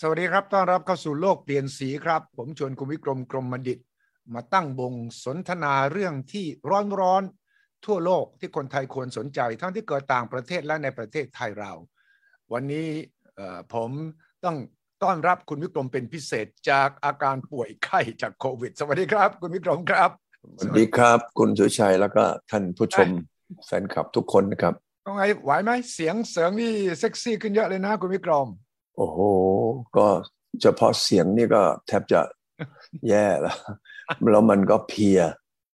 สวัสดีครับ ต้อนรับเข้าสู่โลกเปลี่ยนสีครับ ผมชวนคุณวิกรมกรมดิต มาตั้งวงสนทนาเรื่องที่ร้อนๆ ทั่วโลกที่คนไทยควรสนใจ ทั้งที่เกิดต่างประเทศและในประเทศไทยเรา วันนี้เอ่อผมต้องต้อนรับคุณวิกรมเป็นพิเศษจากอาการป่วยไข้จากโควิด สวัสดีครับ คุณวิกรมครับ สวัสดีครับ คุณสุชัยแล้วก็ท่านผู้ชมแฟนคลับทุกคนนะครับ ต้องไงไหวไหมเสียงเสริงนี่เซ็กซี่ขึ้นเยอะเลยนะคุณวิกรม โอ้โห ก็เฉพาะเสียงนี่ก็แทบจะ แย่แล้ว แล้วมันก็เพลีย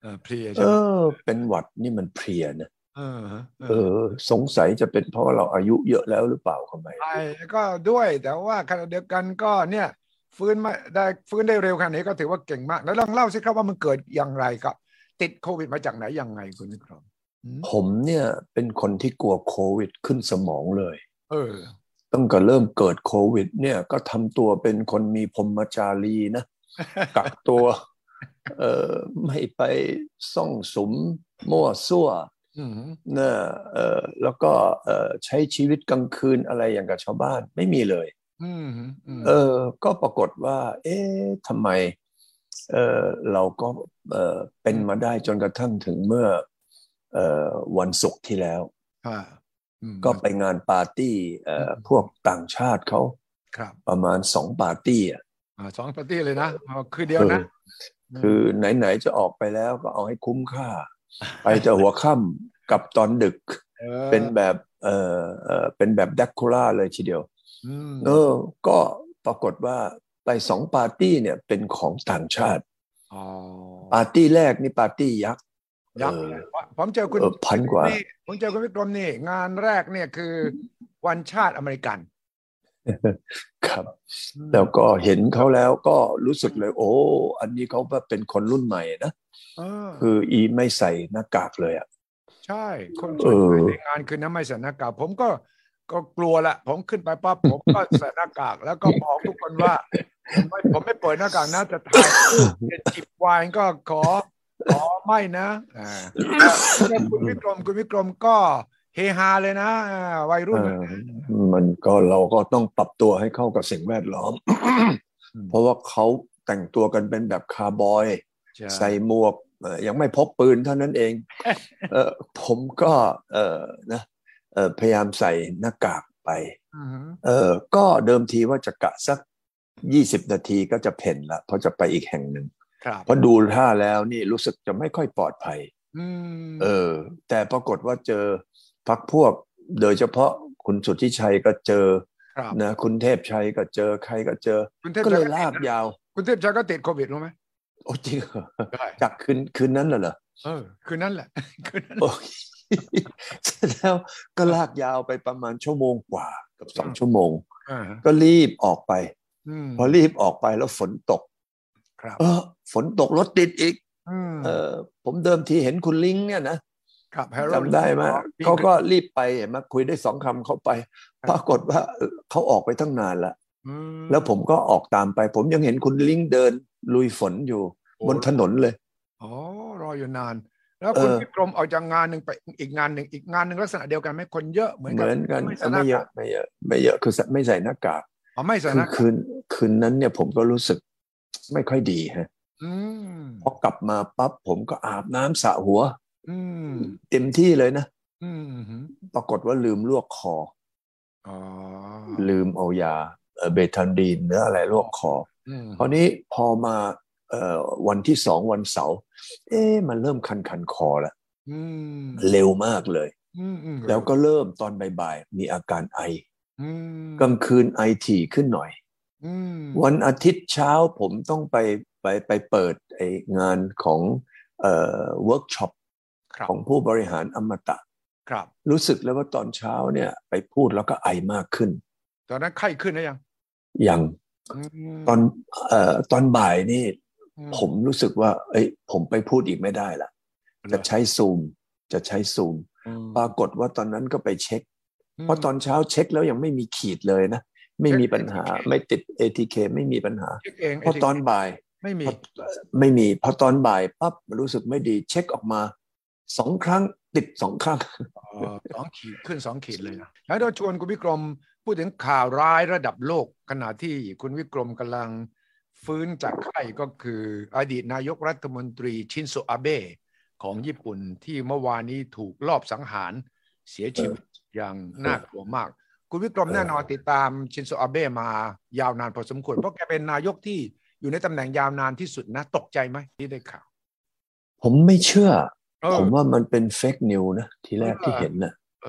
เออเพลีย เอ ใช่ไหม อ เป็นหวัดนี่มันเพลียนะ เออเอ เอ อ อ สงสัยจะเป็นเพราะว่าเราอายุเยอะแล้วหรือเปล่าทำไม ไปก็ด้วยแต่ว่าขณะเดียวกันก็เนี่ย ฟื้นมาได้ฟื้นได้เร็วขนาดนี้ก็ถือว่าเก่งมาก แล้วลองเล่าสิครับว่ามันเกิดอย่างไรครับ ติดโควิดมาจากไหนยังไงคุณวิกรมอืม ผมเนี่ยเป็นคนที่กลัวโควิดขึ้นสมองเลย เออ ตั้งแต่เริ่มเกิดโควิด เนี่ยก็ทำตัวเป็นคนมีพรหมจารีนะ กักตัว เออไม่ไปซ่องสุมมั่วซั่ว อืม นะเออแล้วก็เออใช้ชีวิตกลางคืนอะไรอย่างกับชาวบ้านไม่มีเลย อืมอืม เออ ก็ปรากฏว่า เอ๊ะทำไม เออเราก็เออเป็นมาได้จนกระทั่งถึงเมื่อ เออวันศุกร์ที่แล้ว ค่ะอืม ก็ไปงานปาร์ตี้เออพวกต่างชาติเขา ครับ ประมาณสองปาร์ตี้อะ อ่าสองปาร์ตี้เลยนะเอาคือเดียวนะ เออคือไหน ๆ จะออกไปแล้วก็เอาให้คุ้มค่า ไปจะหัวค่ำกลับตอนดึก ออ เป็นแบบเออเออเป็นแบบดักคูล่าเลยทีเดียว อืม เออ ก็ปรากฏว่าไปสองปาร์ตี้เนี่ยเป็นของต่างชาติ อ๋อ ปาร์ตี้แรกนี่ปาร์ตี้ยักษ์ ยักษ์ เออ เลยผมเจอคุณ เออพันกว่า นี่ผมเจอคุณวิกรมนี่ งานแรกเนี่ยคือวันชาติอเมริกัน ครับ แล้วก็เห็นเขาแล้วก็รู้สึกเลย โอ้ อันนี้เขาแบบเป็นคนรุ่นใหม่นะ เออ คืออีไม่ใส่หน้ากากเลยอ่ะ ใช่ คน เออ ส่วนใหญ่ในงานคือน้ำไม่ใส่หน้ากากผมก็ก็กลัวละ ผมขึ้นไปปั๊บผมก็ใส่หน้ากาก แล้วก็บอกทุกคนว่า ผมไม่ผมไม่เปิดหน้ากากนะจะถ่ายรูปจะจิบไวน์ก็ขอขอไม่นะอ่าแล้วคุณวิกรมคุณวิกรมก็เฮฮาเลยนะอ่าวัยรุ่น เอ่อมันก็เราก็ต้องปรับตัวให้เข้ากับสิ่งแวดล้อม อืม เพราะว่าเขาแต่งตัวกันเป็นแบบคาร์บอย ใส่หมวกเอ่อยังไม่พกปืนเท่านั้นเอง เออผมก็เออนะเออพยายามใส่หน้ากากไป อือหือ เออก็เดิมทีว่าจะกะสักยี่สิบนาทีก็จะเพ่นละเพราะจะไปอีกแห่งหนึ่ง ครับ เพราะดูท่าแล้วนี่รู้สึกจะไม่ค่อยปลอดภัย อืม เออ แต่ปรากฏว่าเจอพักพวก โดยเฉพาะคุณสุทธิชัยก็เจอ ครับ นะคุณเทพชัยก็เจอใครก็เจอ คุณเทพ ก็ ชั เลย ยลากยาว คุณเทพชัยก็ติดโควิดรู้ไหม โอ้จริงเหรอ ใช่ จากคืนคืนนั้นเหรอ เออคือนั่นแหละ คือนั่นแหละ โอ้ย เสร็จแล้วก็ลากยาวไปประมาณชั่วโมงกว่าเกับสองชั่วโมง อ่า ก็รีบออกไป อืม พอรีบออกไปแล้วฝนตก ครับ เออ ฝนตกรถติดอีก อืม เออ ผมเดิมทีเห็นคุณลิงเนี่ยนะ ครับ Harold จำได้ไหม วิ่ง เขาก็รีบไปเห็นไหมาคุยได้สองคำเขาไป ปรากฏว่าเออเขาออกไปตั้งนานละ อืม แล้วผมก็ออกตามไป ผมยังเห็นคุณลิงเดิน ลุยฝนอยู่ บนถนนเลย อ๋อรออยู่นาน แล้วคุณ เออ พิกรมออกจากงานหนึ่งไปอีกงานหนึ่งอีกงานหนึ่งลักษณะเดียวกันไหมคนเยอะเหมือน เห กั มือนกัน ไม่ เอ ใส่ อ หน้า ไม่เย กา อะ ก ไม่เยอะไม่เยอะคือไม่ใส่หน้ากาก อ๋อไม่ใส่หคือ น้ากาก คืนคืนนั้นเนี่ยผมก็รู้สึกไม่ค่อยดีฮะ อืม พอกลับมาปั๊บผมก็อาบน้ำสระหัว อืม เต็มที่เลยนะ อืมอืม ปรากฏว่าลืมลวกคอ อ๋อ ลืมเอายาเอ่อเบทาดีนหรืออะไรลวกคอ อืม คราวนี้พอมาเอ่อวันที่สองวันเสาร์เอ๊ะมันเริ่มคันคันๆคอแล้ว อืม เร็วมากเลย อืมอืม แล้วก็เริ่มตอนบ่ายๆมีอาการไอ อืม กลางคืนไอถี่ขึ้นหน่อย อืม วันอาทิตย์เช้าผมต้องไปไปไปเปิดไองานของเอ่อเวิร์กช็อป ครับ ของผู้บริหารอมตะ ครับ รู้สึกแล้วว่าตอนเช้าเนี่ยไปพูดแล้วก็ไอมากขึ้น ตอนนั้นไข้ขึ้นหรือยัง อย่าง อืม ตอนเอ่อตอนบ่ายนี่ อื ผมรู้สึกว่า เอ้ยผมไปพูดอีกไม่ได้ละจะใช้ซูมจะใช้ซูม อืม ปรากฏว่าตอนนั้นก็ไปเช็ค ม เพราะตอนเช้าเช็คแล้วยังไม่มีขีดเลยนะ ไม่มีปัญหา ATK ไม่ติด ATK ไม่มีปัญหา เช็คเอง พอตอนบ่าย ไม่มี พอไม่มีพอตอนบ่ายปั๊บรู้สึกไม่ดีเช็คออกมาสองครั้งติดสองครั้ง เอ่อสองขีดขึ้นสองขีดเลยนะแล้วเราชวนคุณพิกรม พูดถึงข่าวร้ายระดับโลก ขณะที่คุณวิกรมกำลังฟื้นจากไข้ก็คืออดีตนายกรัฐมนตรีชินโซอาเบะของญี่ปุ่นที่เมื่อวานนี้ถูกลอบสังหารเสียชีวิตอย่างน่ากลัวมาก คุณวิกรมแน่นอนติดตามชินโซอาเบะมายาวนานพอสมควร เพราะแกเป็นนายกที่อยู่ในตำแหน่งยาวนานที่สุดนะ ตกใจไหมที่ได้ข่าว ผมไม่เชื่อ เออ ผมว่ามันเป็นเฟกนิวนะ ทีแรกที่ เออ เห็นน่ะ เอ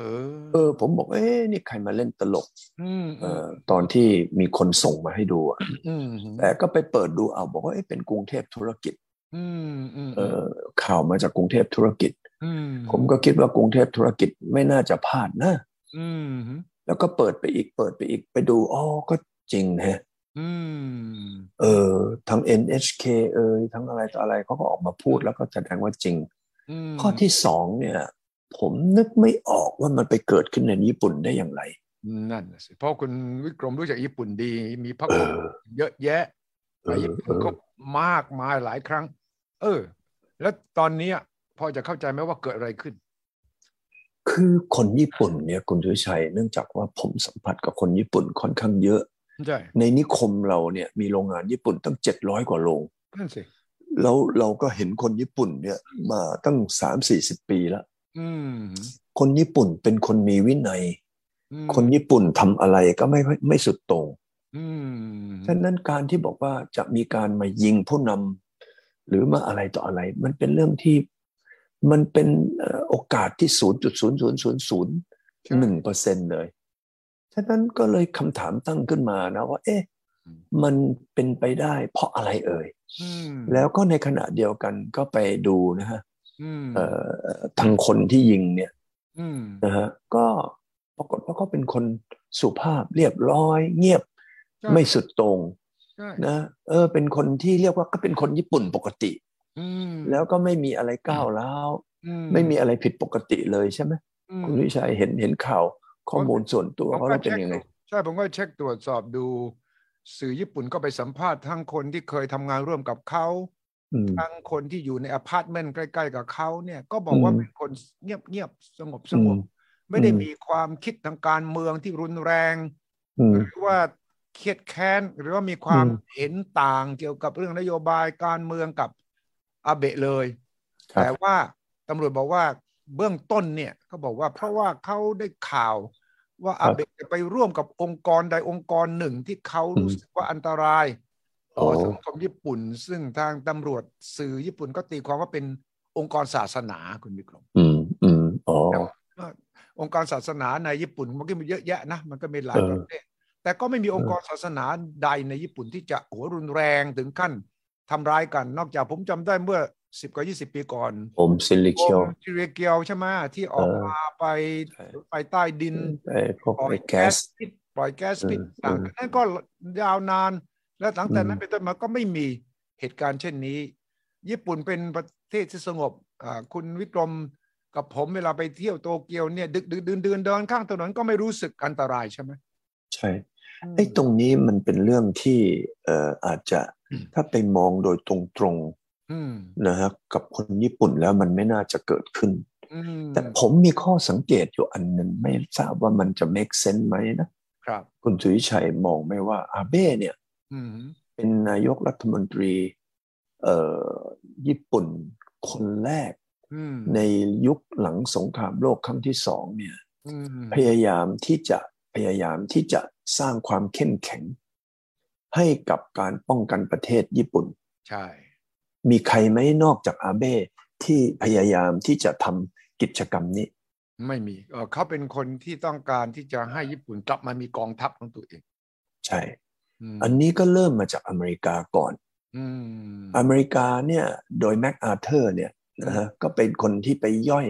เอ อ อ ผมบอกเอ๊ะนี่ใครมาเล่นตลก อืม เออตอนที่มีคนส่งมาให้ดูอะ อืม แต่ก็ไปเปิดดูเอาบอกว่าเอ๊ะเป็นกรุงเทพธุรกิจ อืมอืม เออข่าวมาจากกรุงเทพธุรกิจ อืม ผมก็คิดว่ากรุงเทพธุรกิจไม่น่าจะพลาดนะ อืม แล้วก็เปิดไปอีกเปิดไปอีกไปดูอ๋อก็จริงนะ อืม เออทั้ง NHK เอยทั้งอะไรต่ออะไรเขาก็ออกมาพูดแล้วก็แสดงว่าจริง อืม ข้อที่สองเนี่ย ผมนึกไม่ออกว่ามันไปเกิดขึ้นในญี่ปุ่นได้อย่างไร นั่นน่ะสิเพราะคุณวิกรมรู้จักญี่ปุ่นดี มีพระ เอ คุณ อ เยอะแยะ เอ ไป อ ญี่ เอ ปุ่น อ ก็มากมายหลายครั้ง เออ แล้วตอนนี้พอจะเข้าใจไหมว่าเกิดอะไรขึ้น คือคนญี่ปุ่นเนี่ยคุณทุชัย เนื่องจากว่าผมสัมผัสกับคนญี่ปุ่นค่อนข้างเยอะ ใช่ ในนิคมเราเนี่ยมีโรงงานญี่ปุ่นตั้ง 700 กว่าโรง นั่นสิ แล้วเราก็เห็นคนญี่ปุ่นเนี่ยมาตั้ง 3-40 ปีแล้ว อืม คนญี่ปุ่นเป็นคนมีวินัย อืม คนญี่ปุ่นทำอะไรก็ไม่ไม่ไม่สุดโต่ง อืม ฉะนั้นการที่บอกว่าจะมีการมายิงผู้นำหรือมาอะไรต่ออะไร มันเป็นเรื่องที่มันเป็นเอ่อโอกาสที่ 0.00001เปอร์เซ็นต์เลย ฉะนั้นก็เลยคำถามตั้งขึ้นมานะว่า เอ๊ะ มันเป็นไปได้เพราะอะไรเอ่ย อืม แล้วก็ในขณะเดียวกันก็ไปดูนะฮะ อืม เอ่อทางคนที่ยิงเนี่ย อืม นะฮะก็ปรากฏว่าเขาเป็นคนสุภาพเรียบร้อย เงียบไม่สุดโตรง ใช่ นะเออเป็นคนที่เรียกว่าก็เป็นคนญี่ปุ่นปกติ อืม แล้วก็ไม่มีอะไรก้าวร้าว อื ไม่มีอะไรผิดปกติเลยใช่ไหม อืม คุณวิชัยเห็นเห็นข่าวข้อมูลส่วนตัวเขาแล้วเป็นยังไง ใช่ผมก็เช็คตรวจสอบดู สื่อญี่ปุ่นก็ไปสัมภาษณ์ทั้งคนที่เคยทำงานร่วมกับเขา อืม ทั้งคนที่อยู่ในอพาร์ตเมนต์ใกล้ๆกับเขาเนี่ยก็บอกว่า อืม เป็นคนเงียบๆสงบส อื ง ม บ ไม่ได้มีความคิดทางการเมืองที่รุนแรง อืม หรือว่าเครียดแค้นหรือว่ามีความ อืม เห็นต่างเกี่ยวกับเรื่องนโยบายการเมืองกับอาเบะเลย ครับ แต่ว่าตำรวจบอกว่าเบื้องต้นเนี่ยเขาบอกว่าเพราะว่าเขาได้ข่าว ว่าอาเบะจะไปร่วมกับองค์กรใดองค์กรหนึ่งที่เขารู้สึกว่าอันตราย ต่อสังคมญี่ปุ่น ซึ่งทางตำรวจสื่อญี่ปุ่นก็ตีความว่าเป็นองค์กรศาสนาคุณมิกรม อืมอืมอ๋อ องค์กรศาสนาในญี่ปุ่นมันก็มีเยอะแยะนะมันก็มีหลาย เออ ประเภทแต่ก็ไม่มีองค์กรศาสนาใดในญี่ปุ่นที่จะโอ้โหรุนแรงถึงขั้นทำร้ายกัน นอกจากผมจำได้เมื่อสิบกว่ายี่สิบปีก่อน ผมซิลิเคียว วงจิเรเกียวใช่ไหมที่ออก เออ มาไป ใช่ ไปใต้ดิน ไอ้พวก ปล่อย ไอ้แก๊ส พิษปล่อยแก๊สพิษ เออ ต่าง เออ ๆนั่นก็ยาวนาน และหลังแต่นั้นอืม เป็นต้นมาก็ไม่มีเหตุการณ์เช่นนี้ ญี่ปุ่นเป็นประเทศที่สงบอ่าคุณวิกรมกับผมเวลาไปเที่ยวโตเกียวเนี่ย ดึกดึกดื่นดื่นเดินข้างถนนก็ไม่รู้สึกอันตรายใช่ไหม ใช่ ไอ้ตรงนี้มันเป็นเรื่องที่เอ่ออาจจะถ้าไปมองโดยตรงๆ อืม นะฮะกับคนญี่ปุ่นแล้วมันไม่น่าจะเกิดขึ้น อืม แต่ผมมีข้อสังเกตอยู่อันหนึ่งไม่ทราบว่ามันจะ make sense ไหมนะครับ คุณสุวิชัยมองไหม่ว่าอาเบ้เนี่ย อืม เป็นนายกรัฐมนตรีเอ่อญี่ปุ่นคนแรก อืม ในยุคหลังสงครามโลกครั้งที่สองเนี่ย อืม พยายามที่จะพยายามที่จะสร้างความเข้มแข็ง ให้กับการป้องกันประเทศญี่ปุ่น ใช่ มีใครไหมนอกจากอาเบ้ที่พยายามที่จะทำกิจกรรมนี้ ไม่มีเอ่อเขาเป็นคนที่ต้องการที่จะให้ญี่ปุ่นกลับมามีกองทัพของตัวเอง ใช่ ม อันนี้ก็เริ่มมาจากอเมริกาก่อน อืม อเมริกาเนี่ยโดยแม็กอาเธอร์เนี่ยนะฮะก็เป็นคนที่ไปย่อย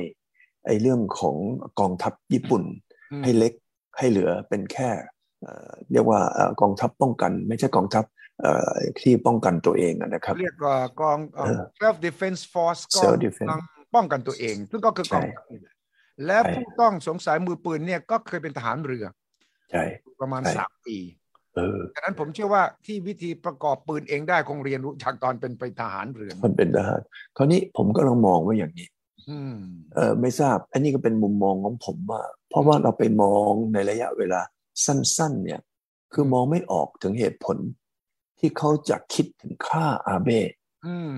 ไอ้เรื่องของกองทัพญี่ปุ่น อืม ให้เล็กให้เหลือเป็นแค่เอ่อเรียกว่าเอ่อกองทัพป้องกัน ไม่ใช่กองทัพเอ่อที่ป้องกันตัวเองอะนะครับ เรียกว่ากองเอ่อ เออ self defense force ก็กำลั self ง defense ป้องกันตัวเอง ซึ่งก็คือกองทัพนี่แหละและ ใช่ ผู้ต้องสงสัยมือปืนเนี่ยก็เคยเป็นทหารเรือ ใช่ ประมาณสามปี เออ ดังนั้นผมเชื่อว่าที่วิธีประกอบปืนเองได้คงเรียนรู้จากตอนเป็นไปทหารเรือ มันเป็นทหารคราวนี้ผมก็ลองมองว่าอย่างนี้ อืม เออไม่ทราบ อันนี้ก็เป็นมุมมองของผมว่า เพราะว่าเราไปมองในระยะเวลา สั้น ๆ เนี่ย คือมองไม่ออกถึงเหตุผล ที่เขาจะคิดถึงฆ่าอาเบะ อืม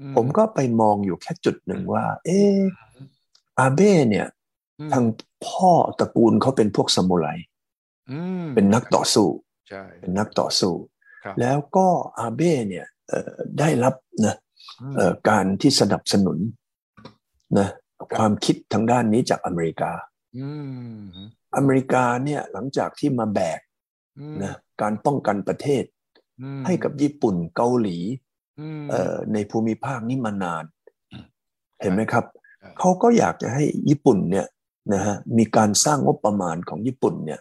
อื ผมก็ไปมองอยู่แค่จุดหนึ่งว่า เอออาเบะเนี่ย อืม ทางพ่อตระกูลเขาเป็นพวกสมุไร อืม เป็นนักต่อสู้ ใช่ เป็นนักต่อสู้ ครับ แล้วก็อาเบ้เนี่ยเอ่อได้รับนะ อืม เอ่อการที่สนับสนุนนะความคิดทางด้านนี้จากอเมริกา อืม อเมริกาเนี่ยหลังจากที่มาแบก อืม นะการป้องกันประเทศ อืม ให้กับญี่ปุ่นเกาหลี ม เอ่อในภูมิภาคนี้มานาน อืม เห็นไหมครับ ใช่ เขาก็อยากจะให้ญี่ปุ่นเนี่ยนะฮะมีการสร้างงบประมาณของญี่ปุ่นเนี่ย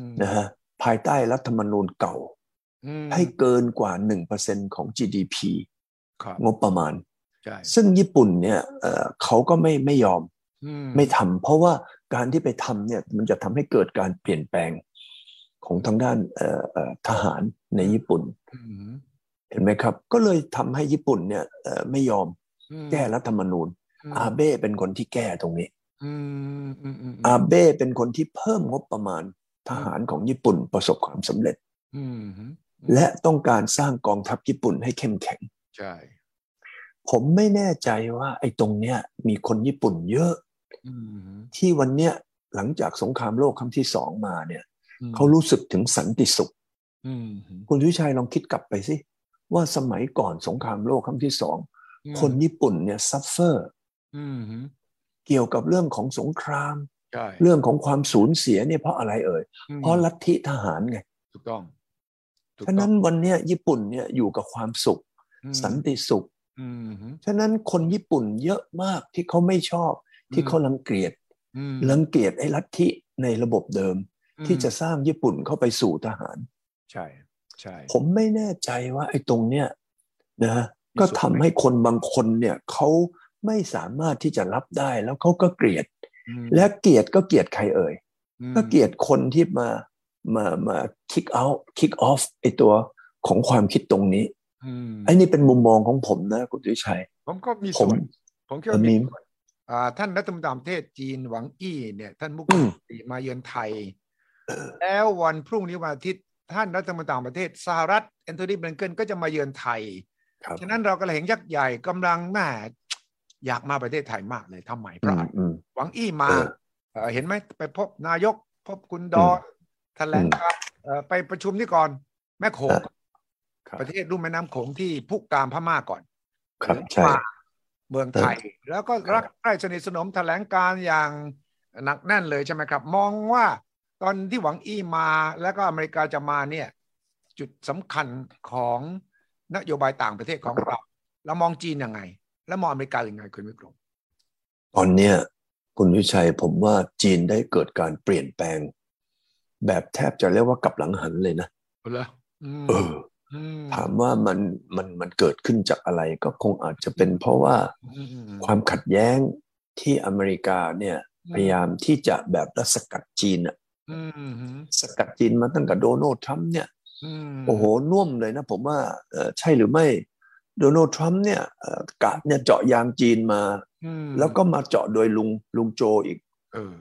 ม นะฮะภายใต้รัฐธรรมนูญเก่า อืม ให้เกินกว่า 1%ของ GDP ครับ งบประมาณ ใช่ ซึ่งญี่ปุ่นเนี่ยเอ่อเขาก็ไม่ไม่ยอม อื ไม่ทำเพราะว่าการที่ไปทำเนี่ยมันจะทำให้เกิดการเปลี่ยนแปลงของทางด้านเอ่อเอ่อทหารในญี่ปุ่น อืม เห็นไหมครับ ก็เลยทำให้ญี่ปุ่นเนี่ยเอ่อไม่ยอม อืม แก้รัฐธรรมนูญ ม อาเบ้เป็นคนที่แก้ตรงนี้ อืมอืมอืม อาเบ้เป็นคนที่เพิ่มงบประมาณทหารของญี่ปุ่นประสบความสำเร็จ อืม และต้องการสร้างกองทัพญี่ปุ่นให้เข้มแข็ง ใช่ ผมไม่แน่ใจว่าไอ้ตรงเนี้ยมีคนญี่ปุ่นเยอะ อืม ที่วันเนี้ยหลังจากสงครามโลกครั้งที่สองมาเนี่ย อืม เขารู้สึกถึงสันติสุข อืม คุณวิชัยลองคิดกลับไปสิว่าสมัยก่อนสงครามโลกครั้งที่สองคนญี่ปุ่นเนี่ยซัฟเฟอร์ อืมอืม เกี่ยวกับเรื่องของสงคราม ใช่ เรื่องของความสูญเสียเนี่ยเพราะอะไรเอ่ย อืม เพราะลัทธิทหารไง ถูกต้องถูก ฉะ ต้ นั้ อง นวันเนี้ยญี่ปุ่นเนี่ยอยู่กับความสุข อืม สันติสุข อืมอืม ฉะนั้นคนญี่ปุ่นเยอะมากที่เขาไม่ชอบ ที่เขารังเกียจ อืม รังเกียจไอ้ลัทธิในระบบเดิม ที่จะ อืม สร้างญี่ปุ่นเข้าไปสู่ทหาร ใช่ใช่ ผมไม่แน่ใจว่าไอ้ตรงเนี้ยนะฮะก็ทำให้คนบางคนเนี่ยเขาไม่สามารถที่จะรับได้แล้วเขาก็เกลียด อืม และเกลียดก็เกลียดใครเอ่ย อืม ก็เกลียดคนที่มามามาคิกเอาคิกออฟไอ้ตัวของความคิดตรงนี้ อืม ไอ้นี่เป็นมุมมองของผมนะคุณวิชัย ผมก็มี ผ ส่ ม วนผมคิด เอ่ ว่า อ มี มี ส่วนอ่าท่านรัฐมนตรีต่างประเทศจีนหวังอี้เนี่ยท่านมุก อืม ติมาเยือนไทย เออ แล้ววันพรุ่งนี้วันอาทิตย์ท่านรัฐมนตรีต่างประเทศสหรัฐแอนโทนีบลิงเกนก็จะมาเยือนไทย ครับ ฉะนั้นเราก็เลยเห็นยักษ์ใหญ่กำลังแหม่อยากมาประเทศไทยมากเลยทำไมเพ อื ราะ มอืม หวังอี้มา เออ เอ่อเห็นไหมไปพบนายก พบคุณดอนแถลงการเอ่อไปประชุมนี่ก่อนแม่โขง อ่ะ ครับ ประเทศรุ่มแม่น้ำโขงที่พุกามพม่าก่อน ครับ แล้ว ใช่ มาเมืองไทย แล้วก็รักใกล้สนิทสนมแถลงการอย่างหนักแน่นเลยใช่ไหมครับ มองว่าตอนที่หวังอี้มาแล้วก็อเมริกาจะมาเนี่ย จุดสำคัญของนโยบายต่างประเทศของเรา เรามองจีนยังไง แล้วมองอเมริกายังไงคุณวิกรม ตอนเนี้ยคุณวิชัยผมว่าจีนได้เกิดการเปลี่ยนแปลง แบบแทบจะเรียกว่ากลับหลังหันเลยนะ เหรอ เออ ม ถามว่ามันมันมันเกิดขึ้นจากอะไรก็คงอาจจะเป็นเพราะว่า อืมอืม ความขัดแย้งที่อเมริกาเนี่ยพยายามที่จะแบบรัสกัดจีนอะ อืมอืม สกัดจีนมาตั้งแต่โดนัลด์ทรัมป์เนี่ย อืม โอ้โหน่วมเลยนะผมว่าเอ่อใช่หรือไม่โดนัลด์ทรัมป์เนี่ยเอ่อกะเนี่ยเจาะยางจีนมา อืม แล้วก็มาเจาะโดยลุงลุงโจอีก เออ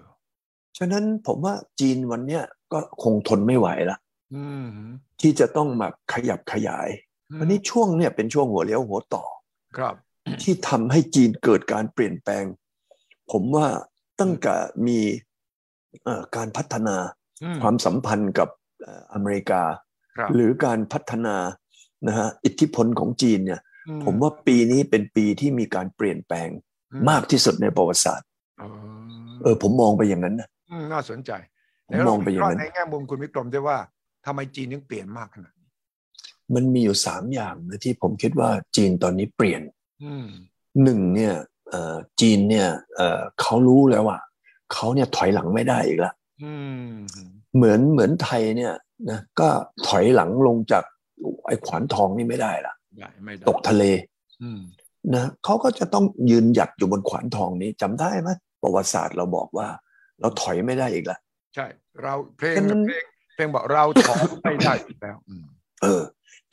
ฉะนั้นผมว่าจีนวันเนี้ยก็คงทนไม่ไหวละ อืม ที่จะต้องมาขยับขยายวันนี้ช่วงเนี่ยเป็นช่วงหัวเลี้ยวหัวต่อ ครับ ที่ทำให้จีนเกิดการเปลี่ยนแปลง ผมว่าตั้งแต่มีเอ่อการพัฒนา อืม ความสัมพันธ์กับเอ่ออเมริกา ครับ หรือการพัฒนานะฮะอิทธิพลของจีนเนี่ย อื ผมว่าปีนี้เป็นปีที่มีการเปลี่ยนแปลงมากที่สุดในประวัติศาสตร์ เออ เออผมมองไปอย่างนั้นนะ อืมน่าสนใจ ผมมองไปอย่างนั้น ในแง่มุมคุณวิกรมด้วยว่าทำไมจีนถึงเปลี่ยนมากขนาดนี้ มันมีอยู่สามอย่างนะที่ผมคิดว่าจีนตอนนี้เปลี่ยน อืม หนึ่งเนี่ยเอ่อจีนเนี่ยเอ่อเขารู้แล้วว่าเขาเนี่ยถอยหลังไม่ได้อีกละ อืม เหมือนเหมือนไทยเนี่ยนะก็ถอยหลังลงจากไอ้ขวานทองนี่ไม่ได้ละ ได้ไม่ได้ ตกทะเล อืม นะเขาก็จะต้องยืนหยัดอยู่บนขวานทองนี้จำได้ไหมประวัติศาสตร์เราบอกว่า เราถอยไม่ได้อีกละ ใช่ เราเพลง ฉะนั้น เพลงเพลงบอกเราถอนไม่ได้อีกแล้ว อืม เออ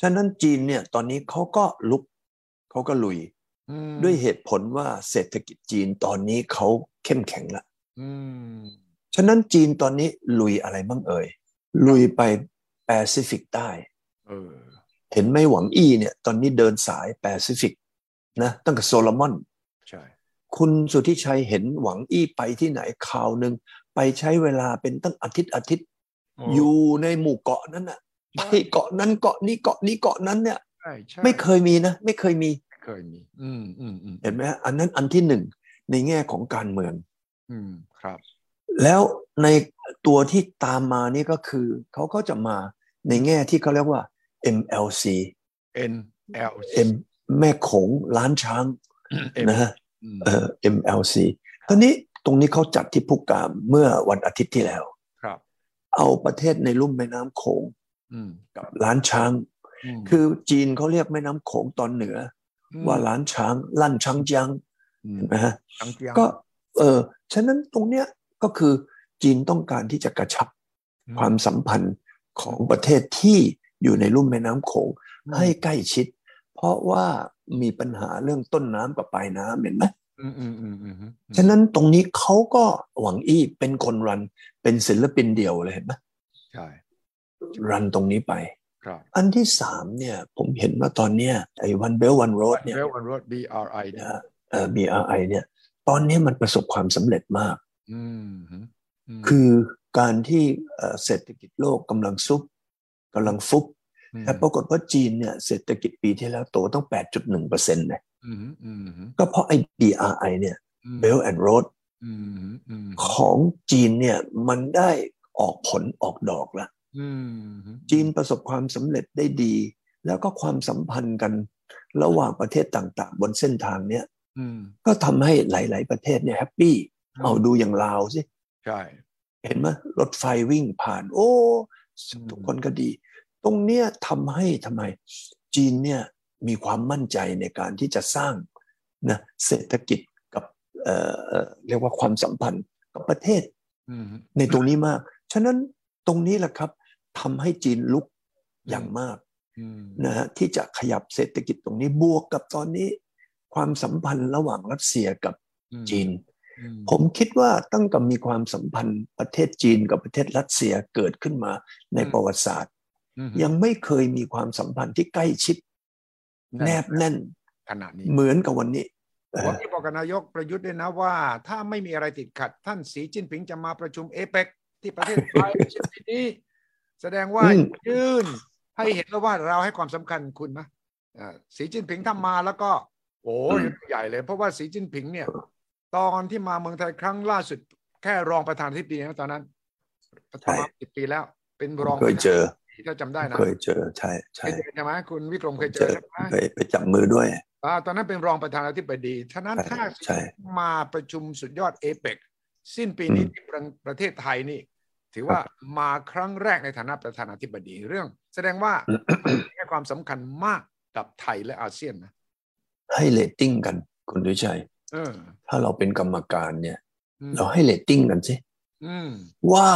ฉะนั้นจีนเนี่ยตอนนี้เขาก็ลุกเขาก็ลุย อืม ด้วยเหตุผลว่าเศรษฐกิจจีนตอนนี้เขาเข้มแข็งละ อืม ฉะนั้นจีนตอนนี้ลุยอะไรบ้างเอ่ย ลุยไปแปซิฟิกใต้ เออ เห็นไหม่หวังอี้เนี่ย ตอนนี้เดินสายแปซิฟิกนะตั้งแต่โซโลมอน ใช่ คุณสุทธิชัยเห็นหวังอี้ไปที่ไหนข่าวหนึ่งไปใช้เวลาเป็นตั้งอาทิตย์อาทิตย์ อยู่ในหมู่เกาะนั้นน่ะไป ใช่ เกาะนั้นเกาะนี้เกาะนี้เกาะนั้นเนี่ย ใช่ใช่ ไม่เคยมีนะ ไม่เคยมี ไม่เคยมี อืมอืมอืม เห็นไหมฮะอันนั้นอันที่หนึ่งในแง่ของการเมือง อืมครับ แล้วในตัวที่ตามมานี่ก็คือเขาก็จะมาในแง่ที่เขาเรียกว่า MLC N L M แม่โขงล้านช้าง M นะฮะ อืม เอ่อ MLC ตอนนี้ตรงนี้เขาจัดที่พุกามเมื่อวันอาทิตย์ที่แล้ว ครับ เอาประเทศในลุ่มแม่น้ำโขง อืม กับล้านช้าง ม คือจีนเขาเรียกแม่น้ำโขงตอนเหนืออ ม ว่าล้านช้างล้านช้างจัง อืม นะฮะ ทางเจียง ก็เออฉะนั้นตรงเนี้ยก็คือจีนต้องการที่จะกระชับ อื ความสัมพันธ์ของประเทศที่อยู่ในลุ่มแม่น้ำโขง อืม ให้ใกล้ชิด เพราะว่ามีปัญหาเรื่องต้นน้ำกับปลายน้ำเห็นไหม อืมอืมอืมอืมอืม ฉะนั้นตรงนี้เขาก็หวังอี้เป็นคนรันเป็นศิลปินเดียวเลยเห็นไหม ใช่ รันตรงนี้ไป ครับ อันที่สามเนี่ยผมเห็นว่าตอนเนี้ยไอ้วันเบลวันโรดเนี่ย เวลวันรถ B R I เนี่ย เอ่อ BRI เนี่ยตอนเนี้ยมันประสบความสำเร็จมาก อืมอืมม คือการที่เอ่อเศรษฐกิจโลกกำลังซุบกำลังฟุบ ม แต่ปรากฏว่าจีนเนี่ยเศรษฐกิจปีที่แล้วโตตั้ง 8.1%เลย อืมอืมอืม ก็เพราะไอ้ BRI เนี่ย อืม Belt and Road อืมอืมอืม ของจีนเนี่ยมันได้ออกผลออกดอกละ อืม จีนประสบความสำเร็จได้ดี แล้วก็ความสัมพันธ์กันระหว่างประเทศต่างๆ บนเส้นทางเนี่ย อืม ก็ทำให้หลาย ๆ ประเทศเนี่ยแฮปปี้เอาดูอย่างลาวสิ ใช่ เห็นไหมรถไฟวิ่งผ่าน โอ้ อืม ทุกคนก็ดี ตรงเนี้ยทำให้ทำไม จีนเนี่ยมีความมั่นใจในการที่จะสร้างนะเศรษฐกิจกับเอ่อเอ่อเรียกว่าความสัมพันธ์กับประเทศ อืม ในตรงนี้มาก ฉะนั้นตรงนี้แหละครับทำให้จีนลุกอย่างมาก อืม นะฮะที่จะขยับเศรษฐกิจตรงนี้บวกกับตอนนี้ ความสัมพันธ์ระหว่างรัสเซียกับ อืม จีน อืม ผมคิดว่าตั้งแต่มีความสัมพันธ์ประเทศจีนกับประเทศรัสเซียเกิดขึ้นมาในประวัติศาสตร์ อืม ยังไม่เคยมีความสัมพันธ์ที่ใกล้ชิด แนบแน่น ขนาดนี้ เหมือนกับวันนี้เอ่ ผม อ จะบอกกับนายกประยุทธ์ด้วยนะว่า ถ้าไม่มีอะไรติดขัด ท่านสีจิ้นผิงจะมาประชุมเอเปกที่ประเทศไทย เช่นปีนี้ แสดงว่ายื่นให้เห็นแล้วว่าเราให้ความสำคัญคุณนะอ่าสีจิ้นผิงถ้ามาแล้วก็ โอ้ยใหญ่เลย เพราะว่าสีจิ้นผิงเนี่ย ตอนที่มาเมืองไทยครั้งล่าสุด แค่รองประธานทิบดีนะตอนนั้นประมาณสิบปีแล้ว เป็นรอง เคยเจอ ถ้าจำได้นะ เคยเจอใช่ใช่ เคยเจอใช่ไหมคุณวิกรมเคยเจอใช่ไหม ไปไปจับมือด้วย อ่าตอนนั้นเป็นรองประธานาธิบดี ฉะนั้น ใช่ ถ้า ใช่ มาประชุมสุดยอดเอเปกสิ้นปีนี้ที่ประประเทศไทยนี่ ถือว่ามาครั้งแรกในฐานะประธานาธิบดีเรื่อง แสดง ว่า อืม ให้ความสำคัญมากกับไทยและอาเซียนนะ ให้เลตติ้งกัน คุณดุชัย เออ ถ้าเราเป็นกรรมการเนี่ย อืม เราให้เลตติ้งกันสิ อืม ว่า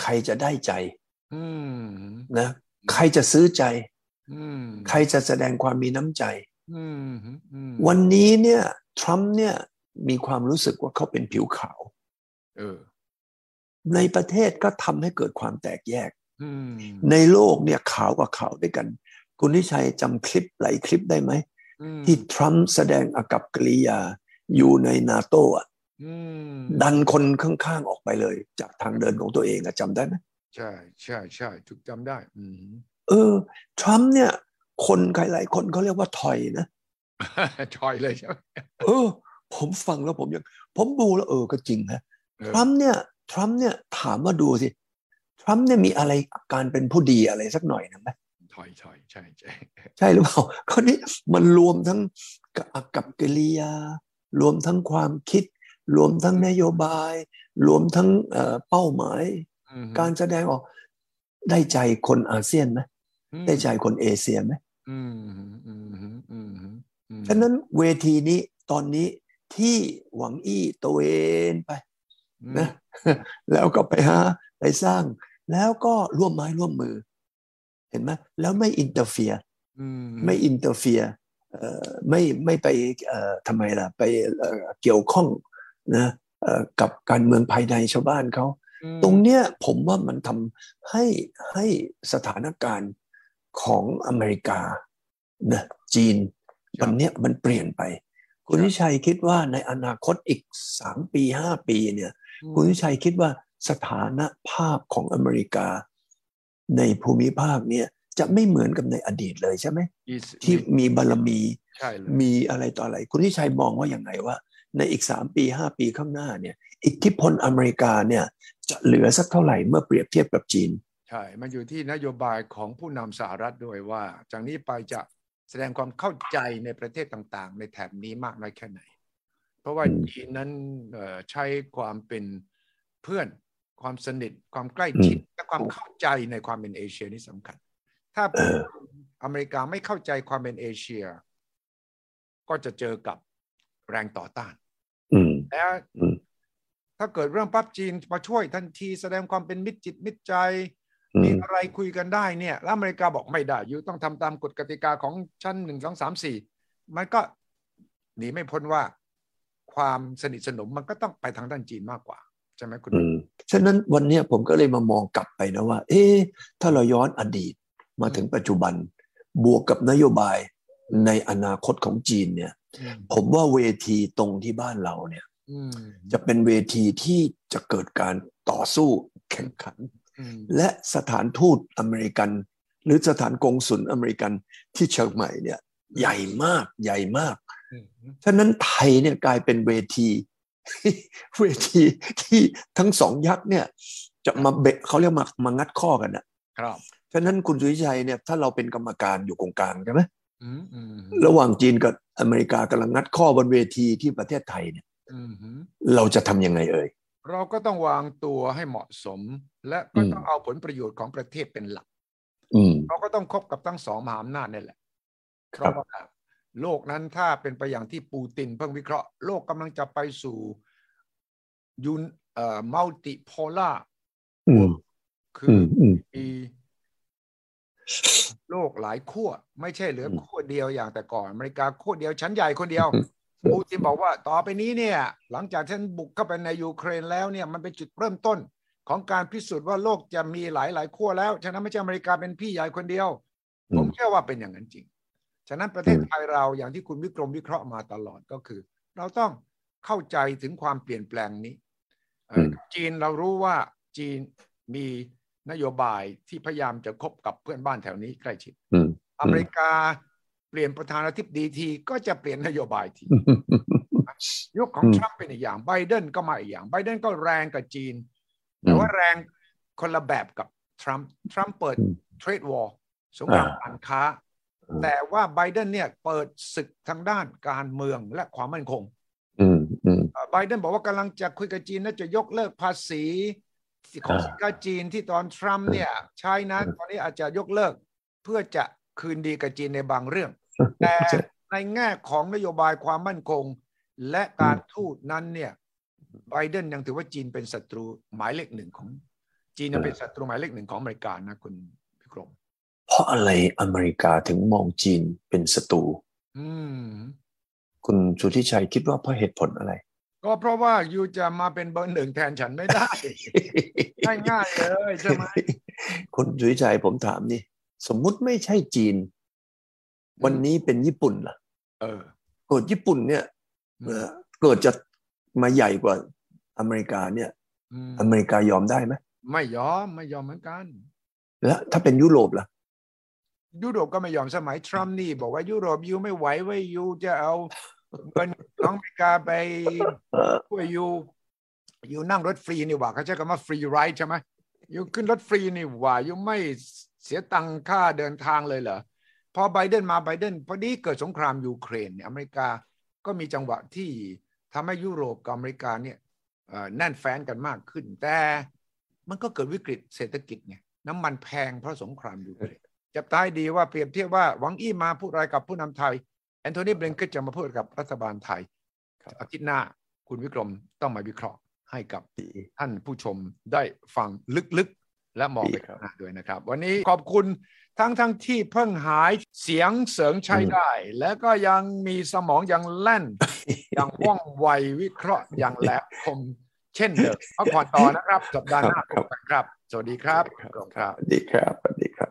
ใครจะได้ใจ อืม นะ ใครจะซื้อใจ อืม ใครจะแสดงความมีน้ำใจ อืมอืม วันนี้เนี่ยทรัมป์เนี่ยมีความรู้สึกว่าเขาเป็นผิวขาว เออ ในประเทศก็ทำให้เกิดความแตกแยก อืม ในโลกเนี่ยขาวกับขาวด้วยกัน คุณทิชัยจำคลิปหลายคลิปได้ไหม อืม ที่ทรัมป์แสดงอากับกิริยาอยู่ในนาโต้อะ อืม ดันคนข้างๆออกไปเลย จากทางเดินของตัวเองอะจำได้ไหม ใช่ใช่ใช่ถูกจำได้ อืม เออทรัมป์เนี่ยคนหลายๆคนเขาเรียกว่าถอยนะ ชอยเลยใช่ไหม เออ ผมฟังแล้วผมยังผมดูแล้วเออก็จริงนะ เออ ทรัมป์เนี่ยทรัมป์เนี่ยถามว่าดูสิทรัมป์เนี่ยมีอะไรการเป็นผู้ดีอะไรสักหน่อยนะไหม ถอยถอยใช่ใช่ ใช่หรือเปล่า คนนี้มันรวมทั้งกับกับกิริยา รวมทั้งความคิด รวมทั้งนโยบาย รวมทั้งเอ่อเป้าหมาย อืม การแสดงออกได้ใจคนอาเซียนไหม อืม ได้ใจคนเอเชียไหม อืมอืมอืมอืมอืม ฉะนั้นเวทีนี้ตอนนี้ที่หวังอี้ตระเวนไป นะ แล้วก็ไปหาไปสร้าง แล้วก็ร่วมไม้ร่วมมือ เห็นไหมแล้วไม่อินเตอร์เฟีย อืม ไม่อินเตอร์เฟียไม่ไม่ไปเอ่อทำไมล่ะ ไปเอ่อเกี่ยวข้องนะ เอ่อกับการเมืองภายในชาวบ้านเขา ตรงเนี้ยผมว่ามันทำให้ให้สถานการณ์ของอเมริกานะจีน ครับ วันเนี้ยมันเปลี่ยนไป คุณ ครับ วิชัยคิดว่าในอนาคตอีกสามปีห้าปีเนี่ย คุณวิชัยคิดว่าสถานภาพของอเมริกา ในภูมิภาคเนี่ยจะไม่เหมือนกับในอดีตเลยใช่ไหม อีส ที่มีบารมี ใช่เลย มีอะไรต่ออะไร คุณทิชัยมองว่าอย่างไรว่า ในอีกสามปีห้าปีข้างหน้าเนี่ย อิทธิพลอเมริกาเนี่ย จะเหลือสักเท่าไหร่เมื่อเปรียบเทียบกับจีน ใช่ มันอยู่ที่นโยบายของผู้นำสหรัฐด้วยว่า จากนี้ไปจะแสดงความเข้าใจในประเทศต่างๆ ในแถบนี้มากน้อยแค่ไหน เพราะว่า อืม จีนนั้นเอ่อใช้ความเป็นเพื่อน ความสนิท ความใกล้ชิด และความเข้าใจในความเป็นเอเชียนี่สำคัญ ถ้า เออ อเมริกาไม่เข้าใจความเป็นเอเชีย ก็จะเจอกับแรงต่อต้าน อืม แล้ว อืม ถ้าเกิดเรื่องปั๊บจีนมาช่วยทันทีแสดงความเป็นมิตรจิตมิตรใจ อื มี ม อะไรคุยกันได้เนี่ย แล้วอเมริกาบอกไม่ได้ยูต้องทำตามกฎกติกาของชั้นหนึ่งสองสามสี่มันก็หนีไม่พ้นว่า ความสนิทสนมมันก็ต้องไปทางด้านจีนมากกว่า ใช่ไหมคุณ อืมฉะนั้นวันเนี้ยผมก็เลยมามองกลับไปนะว่า เอ๊ะถ้าเราย้อนอดีตมาถึงปัจจุบัน บวกกับนโยบายในอนาคตของจีนเนี่ย อืม ผมว่าเวทีตรงที่บ้านเราเนี่ย อืม จะเป็นเวทีที่จะเกิดการต่อสู้แข่งขัน อืม และสถานทูตอเมริกัน หรือสถานกงสุลอเมริกันที่เชียงใหม่เนี่ยใหญ่มากใหญ่มาก อืม ฉะนั้นไทยเนี่ยกลายเป็นเวที เวทีที่ทั้งสองยักษ์เนี่ยจะมาเบะเขาเรียกมามางัดข้อกันนะครับ ฉะนั้นคุณสุวิชัยเนี่ยถ้าเราเป็นกรรมการอยู่ตรงกลางใช่ไหม อืมอืม ระหว่างจีนกับอเมริกากำลังงัดข้อบนเวทีที่ประเทศไทยเนี่ย อืม เราจะทำยังไงเอ่ย เราก็ต้องวางตัวให้เหมาะสม และก็ต้อง อืม เอาผลประโยชน์ของประเทศเป็นหลัก อืม เราก็ต้องคบกับทั้งสองมหาอำนาจนี่แหละเพ ครับ ราะว่าโลกนั้นถ้าเป็นไปอย่างที่ปูตินเพิ่งวิเคราะห์โลกกำลังจะไปสู่ยูนเอ่อมัลติโพล่า อืม คื อื อ มอืม มีโลกหลายขั้วไม่ใช่เหลืออ ม ขั้วเดียวอย่างแต่ก่อนอเมริกาขั้วเดียวชั้นใหญ่คนเดียว อืม ปูตินบอกว่าต่อไปนี้เนี่ย หลังจากที่ฉันบุกเข้าไปในยูเครนแล้วเนี่ยมันเป็นจุดเริ่มต้น ของการพิสูจน์ว่าโลกจะมีหลายหลายขั้วแล้วฉะนั้นไม่ใช่อเมริกาเป็นพี่ใหญ่คนเดียว อืม ผมเชื่อว่าเป็นอย่างนั้นจริง ฉะนั้นประเทศ อืม ไทยเราอย่างที่คุณวิกรมวิเคราะห์มาตลอดก็คือ เราต้องเข้าใจถึงความเปลี่ยนแปลงนี้เอ่อจีนเรารู้ว่าจีนมีนโยบายที่พยายามจะคบกับเพื่อนบ้านแถวนี้ใกล้ชิด อืม อเมริกาเปลี่ยนประธานาธิบดีทีก็จะเปลี่ยนนโยบายที ยุคของ อืม ทรัมป์เป็นอีกอย่างไบเดนก็มาอีกอย่างไบเดนก็แรงกับจีน อืม แต่ว่าแรงคนละแบบกับทรัมป์ทรัมป์เปิด อืม เทรดวอร์สงคราม อ่า การค้า อืม แต่ว่าไบเดนเนี่ยเปิดศึกทางด้านการเมืองและความมั่นคง อืมอืม เอ่อไบเดนบอกว่ากำลังจะคุยกับจีนน่าจะยกเลิกภาษีของ อ่า สินค้าจีนที่ตอนทรัมป์เนี่ยใช้นะ อืม ตอนนี้อาจจะยกเลิกเพื่อจะคืนดีกับจีนในบางเรื่อง แต่ในแง่ของนโยบายความมั่นคง และการทูตนั้นเนี่ยไบเดนยังถือว่าจีนเป็นศัตรูหมายเลขหนึ่งของ จีนยังเป็นศัตรูหมายเลขหนึ่งของอเมริกานะคุณพิกรม เพราะอะไรอเมริกาถึงมองจีนเป็นศัตรู อืม คุณสุทธิชัยคิดว่าเพราะเหตุผลอะไร ก็เพราะว่ายูจะมาเป็นเบอร์หนึ่งแทนฉันไม่ ได้ ง่ายๆเลยใช่ไหม คุณสุทธิชัยผมถามนี่ สมมุติไม่ใช่จีน วันนี้เป็นญี่ปุ่นล่ะ เออ เกิดญี่ปุ่นเนี่ย อื เอ่ ม อเกิดจะมาใหญ่กว่าอเมริกาเนี่ย ม อเมริกายอมได้ไหม ไม่ยอมไม่ยอมเหมือนกัน แล้วถ้าเป็นยุโรปล่ะ ยุโรปก็ไม่ยอมสมัยทรัมป์นี่บอกว่ายุโรปยูไม่ไหวไว้ยยูจะเอาเงินของอเมริกาไป เออ ช่วยอยู่อยู่นั่งรถฟรีนี่หว่าเขาใช้คำว่าฟรีไรด์ใช่ไหมอยู่ขึ้นรถฟรีนี่หว่าอยู่ไม่เสียตังค่าเดินทางเลยเหรอพอไบเดนมาไบเดนพอดีเกิดสงครามยูเครนเนี่ยอเมริกาก็มีจังหวะที่ทำให้ยุโรปกับอเมริกาเนี่ยเอ่อแน่นแฟนกันมากขึ้น แต่มันก็เกิดวิกฤตเศรษฐกิจไงน้ำมันแพงเพราะสงครามยูเครนจับตายดีว่าเปรียบเทียบว่าหวังอี้มาพูดอะไรกับผู้นำไทยแอนโทนีเบลนเกนจะมาพูดกับรัฐบาลไทยอาทิตย์หน้า คุณวิกรมต้องมาวิเคราะห์ให้กับท่านผู้ชมได้ฟังลึกๆ และมองไป ดีครับ ข้างหน้าด้วยนะครับ วันนี้ขอบคุณทั้งทั้งที่เพิ่งหายเสียงเสริงใช้ อืม ได้ และก็ยังมีสมองยังแล่น ยังว่องไววิเคราะห์อย่างแหลมคมเช่นเดิมพักผ่อนต่อนะครับ สัปดาห์หน้าพบกันครับ สวัสดีครับ ครับ กรมครับ สวัสดีครับสวัสดีครับ